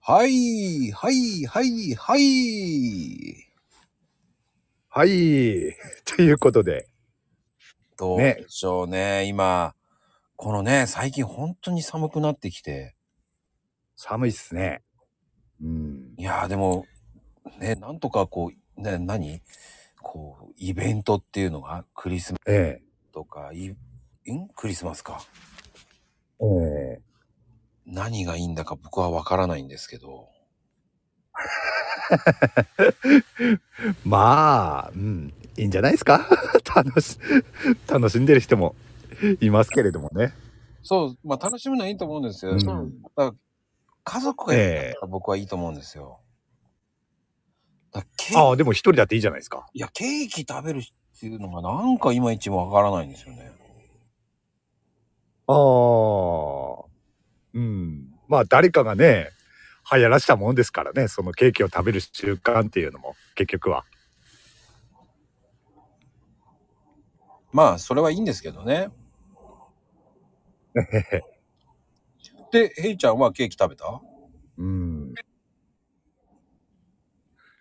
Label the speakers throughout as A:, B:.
A: はい、はい、はい、はい。
B: はい。 ということで。
A: どうでしょうね、今。このね、最近本当に寒くなってきて。
B: 寒いっすね。うん。
A: いやーでも、ね、なんとかこう、ね、何こう、イベントっていうのが、クリスマ
B: え
A: スとか、いんクリスマスか。
B: え。ええ。
A: 何がいいんだか僕はわからないんですけど。
B: まあ、うん。いいんじゃないですか 楽し、楽しんでる人もいますけれどもね。
A: そう、まあ楽しむのはいいと思うんですよ。
B: うん
A: そのだから家族がいるんだったら僕はいいと思うんですよ。だからケーキ
B: ああ、でも一人だっていいじゃないですか。
A: いや、ケーキ食べるっていうのがなんかいまいちわからないんですよね。
B: ああ。うん。まあ、誰かがね、流行らしたもんですからね。そのケーキを食べる習慣っていうのも、結局は。
A: まあ、それはいいんですけど ね。で、ヘイちゃんはケーキ食べた
B: うん。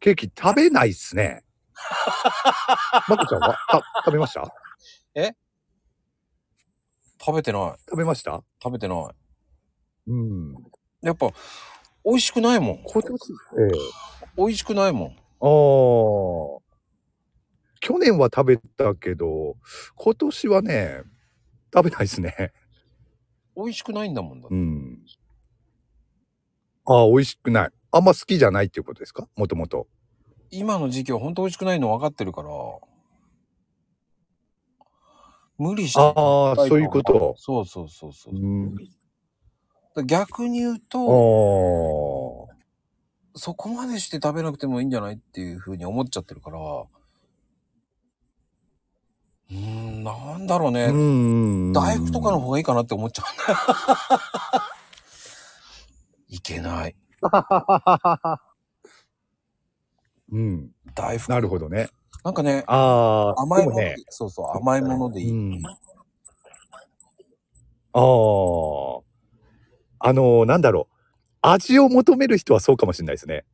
B: ケーキ食べないっ すね。まこちゃんはた食べました
A: 食べてない。
B: 食べました
A: 食べてない。
B: うん。
A: やっぱ、美味しくないもん。
B: 今年、ええ
A: 美味しくないもん。
B: ああ。去年は食べたけど、今年はね、食べないっすね。
A: 美味しくないんだもんだ。
B: うん。ああ、美味しくない。あんま好きじゃないっていうことですかもともと。
A: 今の時期は本当美味しくないの分かってるから。無理して。
B: ああ、そういうこと。
A: そうそうそうそう
B: う。ん。
A: だ逆に言う
B: あ
A: と、
B: あ。
A: そこまでして食べなくてもいいんじゃないっていうふうに思っちゃってるから、うーん、なんだろうね。
B: うん。
A: 大福とかの方がいいかなって思っちゃう。いけない。
B: うん。
A: 大福。
B: なるほどね。
A: なんかね、
B: ああ、
A: 甘い
B: で
A: も
B: も
A: ので、
B: ね。
A: そうそう、甘いものでいい。
B: うん、ああ。あのーなんだろう。味を求める人はそうかもしれないですね。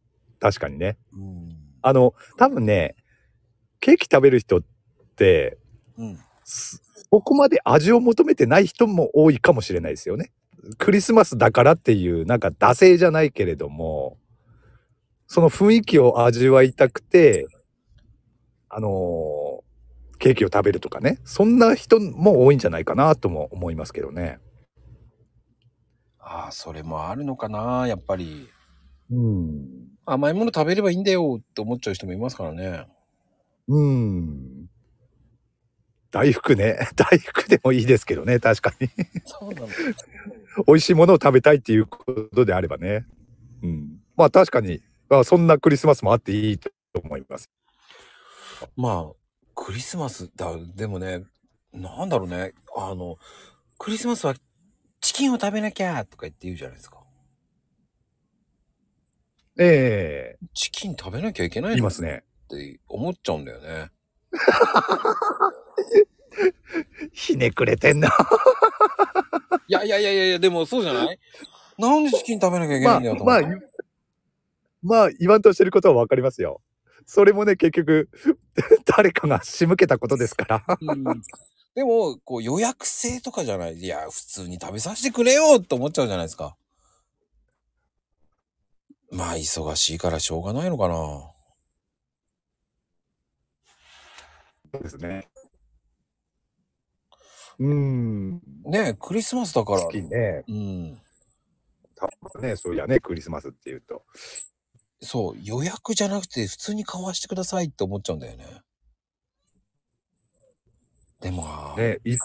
B: 確かにね。
A: うん。
B: あの、多分ね、ケーキ食べる人って、
A: うん。
B: すそこまで味を求めてない人も多いかもしれないですよね。クリスマスだからっていう、なんか惰性じゃないけれども、その雰囲気を味わいたくて、あのーケーキを食べるとかね。そんな人も多いんじゃないかなとも思いますけどね。
A: ああ、それもあるのかな、やっぱり。
B: うん。
A: 甘いもの食べればいいんだよって思っちゃう人もいますからね。
B: うん。大福ね。 大福でもいいですけどね。確かに。
A: そうなの。
B: 美味しいものを食べたいっていうことであればね。うん。まあ確かに、まあ、そんなクリスマスもあっていいと思います。
A: まあ、クリスマスだ、でもね、なんだろうね、あの、クリスマスはチキンを食べなきゃとか言って言うじゃないですか。
B: ええ
A: チキン食べなきゃいけない
B: い
A: の
B: ま
A: っ
B: すね。
A: て思っちゃうんだよね。
B: ひねくれてんな。
A: いやいやいやいやいや、でもそうじゃないなんでチキン食べなきゃいけ
B: ま
A: ない
B: あ
A: んだよと、
B: ま
A: 思っ
B: あ
A: て、
B: まあ言わんとしてることはわかりますよ。それもね、結局、 誰かが仕向けたことですから。
A: うんでも、こう予約制とかじゃない。いや、普通に食べさせてくれよって思っちゃうじゃないですか。まあ、忙しいからしょうがないのかな。
B: ですね。うん。
A: ねえ、クリスマスだから
B: 好。きね。
A: うん。
B: たぶんね、そういやね、クリスマスっていうと。
A: そう、予約じゃなくて普通に買わしてくださいって思っちゃうんだよね。でも、あー
B: ね、い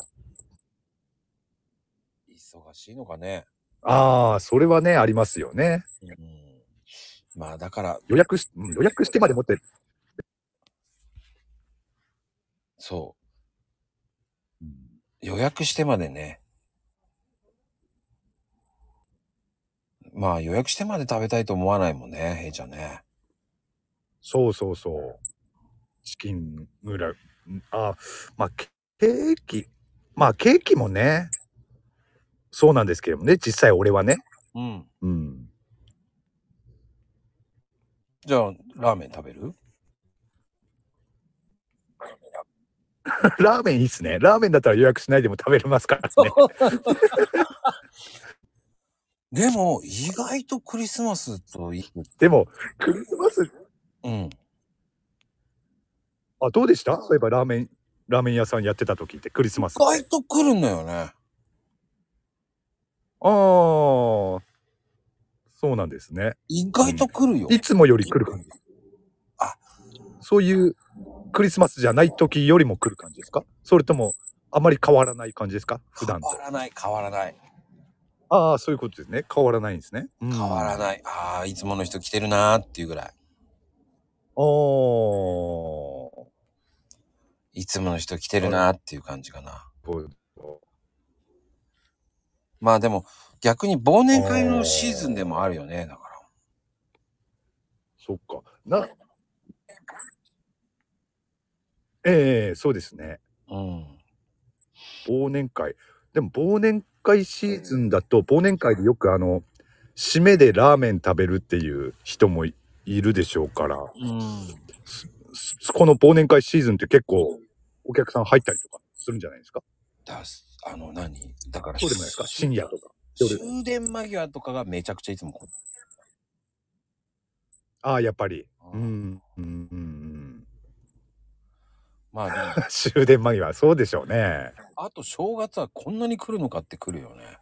A: 忙しいのかね。
B: ああ、それはね、ありますよね。
A: うん、まあだから、
B: 予約し、うん予約してまで持って、
A: そ予約してまでね。まあ予約してまで食べたいと思わないもんね、へいちゃんね。
B: そうそうそう。チキンぐらい。うんあ、まあ、ケケーキ。まあ、ケーキもね、そうなんですけどもね、実際俺はね。
A: うん。
B: うん。
A: じゃあ、ラーメン食べる
B: ラーメンいいっすね。ラーメンだったら予約しないでも食べれますからね。
A: でも、意外とクリスマスとい、
B: でも、クリスマス、
A: うん。
B: あ、どうでしたそういえばラーメン、ラーメン屋さんやってた時ってクリスマ
A: 意
B: ス。あ
A: 外と来るのよね。
B: あー、そうなんですね。
A: 意外と来るよ。
B: いつもより来る感じ。そういうクリスマスじゃない時よりも来る感じですかそれとも、あまり変わらない感じですか普段と。
A: 変わらない、変わらない、
B: ああ、そういうことですね。変わらないんですね。変
A: 変わら
B: い。
A: ない。ああ、いつもの人来てるなーっていうぐらい。
B: おー。
A: いつもの人来てるなーっていう感じかな。
B: そう
A: まあでも、逆に忘年会のシーズンでもあるよね、だから。
B: そっか。な。ええそうですね。
A: うん。
B: 忘年会。でも忘年会シーズンだと、忘年会でよくあの、締めでラーメン食べるっていう人もいいるでしょうから、
A: うん。
B: すこの忘年会シーズンって結構お客さん入ったりとかするんじゃないですか
A: だす、あの何、だから、
B: そうでもないですか深夜とか。夜
A: 終電間際とかがめちゃくちゃいつも来る。
B: ああ、やっぱり。
A: う
B: う
A: ん
B: ん。うんうんうん、
A: まあでも、
B: 終電間際、そうでしょうね。
A: あと正月はこんなに来るのかって来るよね。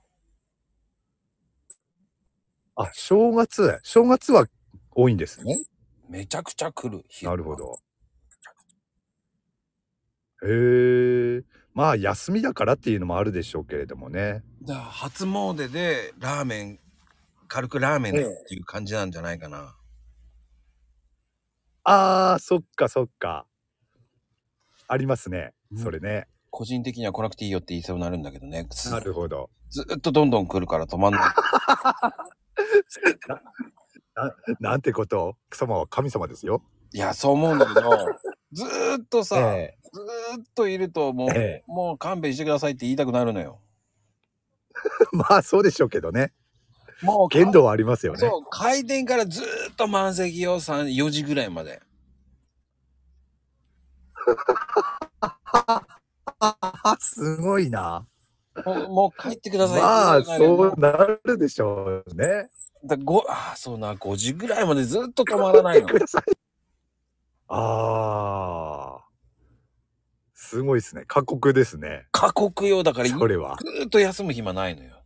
B: あ、正月。正月は多いんですね。
A: めちゃくちゃ来る。
B: なるほ。ど。へえ。まあ休みだからっていうのもあるでしょうけれどもね。
A: だから初詣でラーメン、軽くラーメンだっていう感じなんじゃないかな。
B: ああ、そっかそっか。ありますね。
A: うん
B: それね。
A: 個人的には来なくていいよって言いそうになるんだけどね。ず
B: なるほど。
A: ずーっとどんどん来るから止まん ない。
B: ななんてことを。貴様は神様ですよ。
A: いや、そう思うんだけど、ずーっとさ、
B: え
A: ずーっといるともう、
B: え
A: もう勘弁してくださいって言いたくなるのよ。
B: え まあそうでしょうけどね。
A: もうか、
B: 限度はありますよね。
A: そう、開店からずーっと満席よ、3、4時ぐらいまで。
B: あすごいな。
A: もう、もう帰ってくださいって
B: まあ
A: 言いたくなるよ
B: そうなるでしょうね。
A: だごああそうな5時ぐらいまでずっと止まら ないの
B: ああ。すごいですね。過酷ですね。
A: 過酷よだからず
B: それは。
A: ーっと休む暇ないのよ、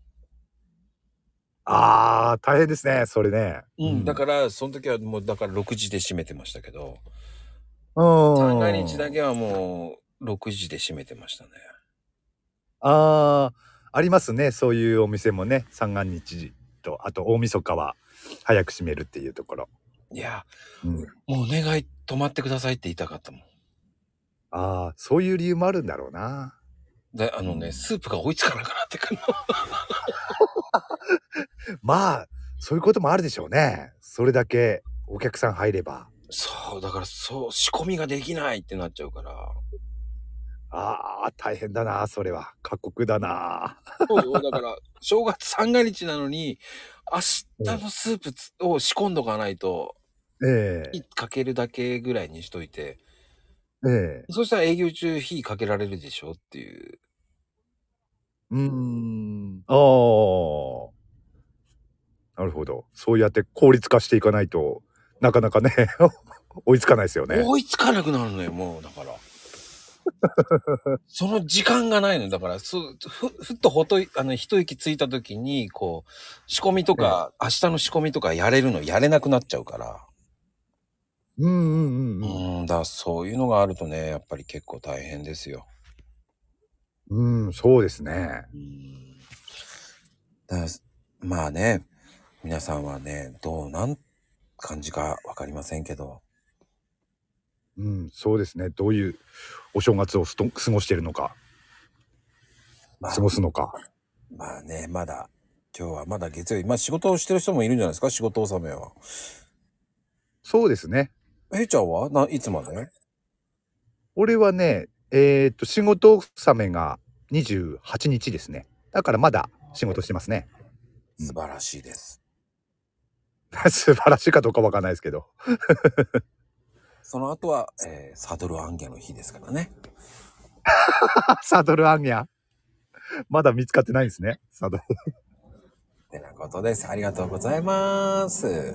B: ああ、大変ですね。それね。
A: うん、だ
B: ら。
A: からその時はもうだから6時で閉めてましたけど
B: うん。
A: 三が日だけはもう6時で閉めてましたね
B: ああ、ありますね。そういうお店もね。三が日と、あと大晦日は早く閉めるっていうところ。
A: いや
B: うん、
A: もうお願い止まってくださいって言いたかったもん
B: ああ、そういう理由もあるんだろうな。
A: であのねスープが追いつかなくなってくるの
B: まあ、そういうこともあるでしょうね。それだけお客さん入れば。
A: そうだからそう仕込みができないってなっちゃうから
B: ああ、大変だな。それは。過酷だな。
A: そうよだから正月三が日なのに明日のスープつを仕込んどかないと
B: ええ
A: 火かけるだけぐらいにしといて、
B: ええ
A: そしたら営業中火かけられるでしょっていう。
B: うーん。ああ。なるほど。そうやって効率化していかないとなかなかね、 追いつかないですよね。
A: 追いつかなくなるのよ、もう、だ から。その時間がないのよだから、そうふ、ふっとほとい、あの、一息ついた時に、こう、仕込みとか、明日の仕込みとかやれるの、やれなくなっちゃうから。
B: うんうん
A: う
B: うんうん。
A: ーん、だからそういうのがあるとね、やっぱり結構大変ですよ。
B: うん、そうですね。
A: うん。だからまあね、皆さんはね、どうなん感じかわかりませんけど。
B: うん、そうですね。どういうお正月をすと過ごしてるのか、
A: まあ
B: 過ごすのか。
A: まあね、まだ、今日はまだ月曜日、まあ仕事をしてる人もいるんじゃないですか、仕事納めは。
B: そうですね。
A: えいちゃんはないつまで
B: 俺はね、えーっと、仕事納めが28日ですね。だからまだ仕事してますね。
A: 素晴らしいです。
B: 素晴らしいかどうかわかんないですけど。
A: その後は、えーサドルアンギャの日ですからね。
B: サドルアンニャ。まだ見つかってないんですね。サドル。
A: てなことです。ありがとうございます。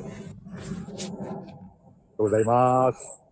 B: ございます。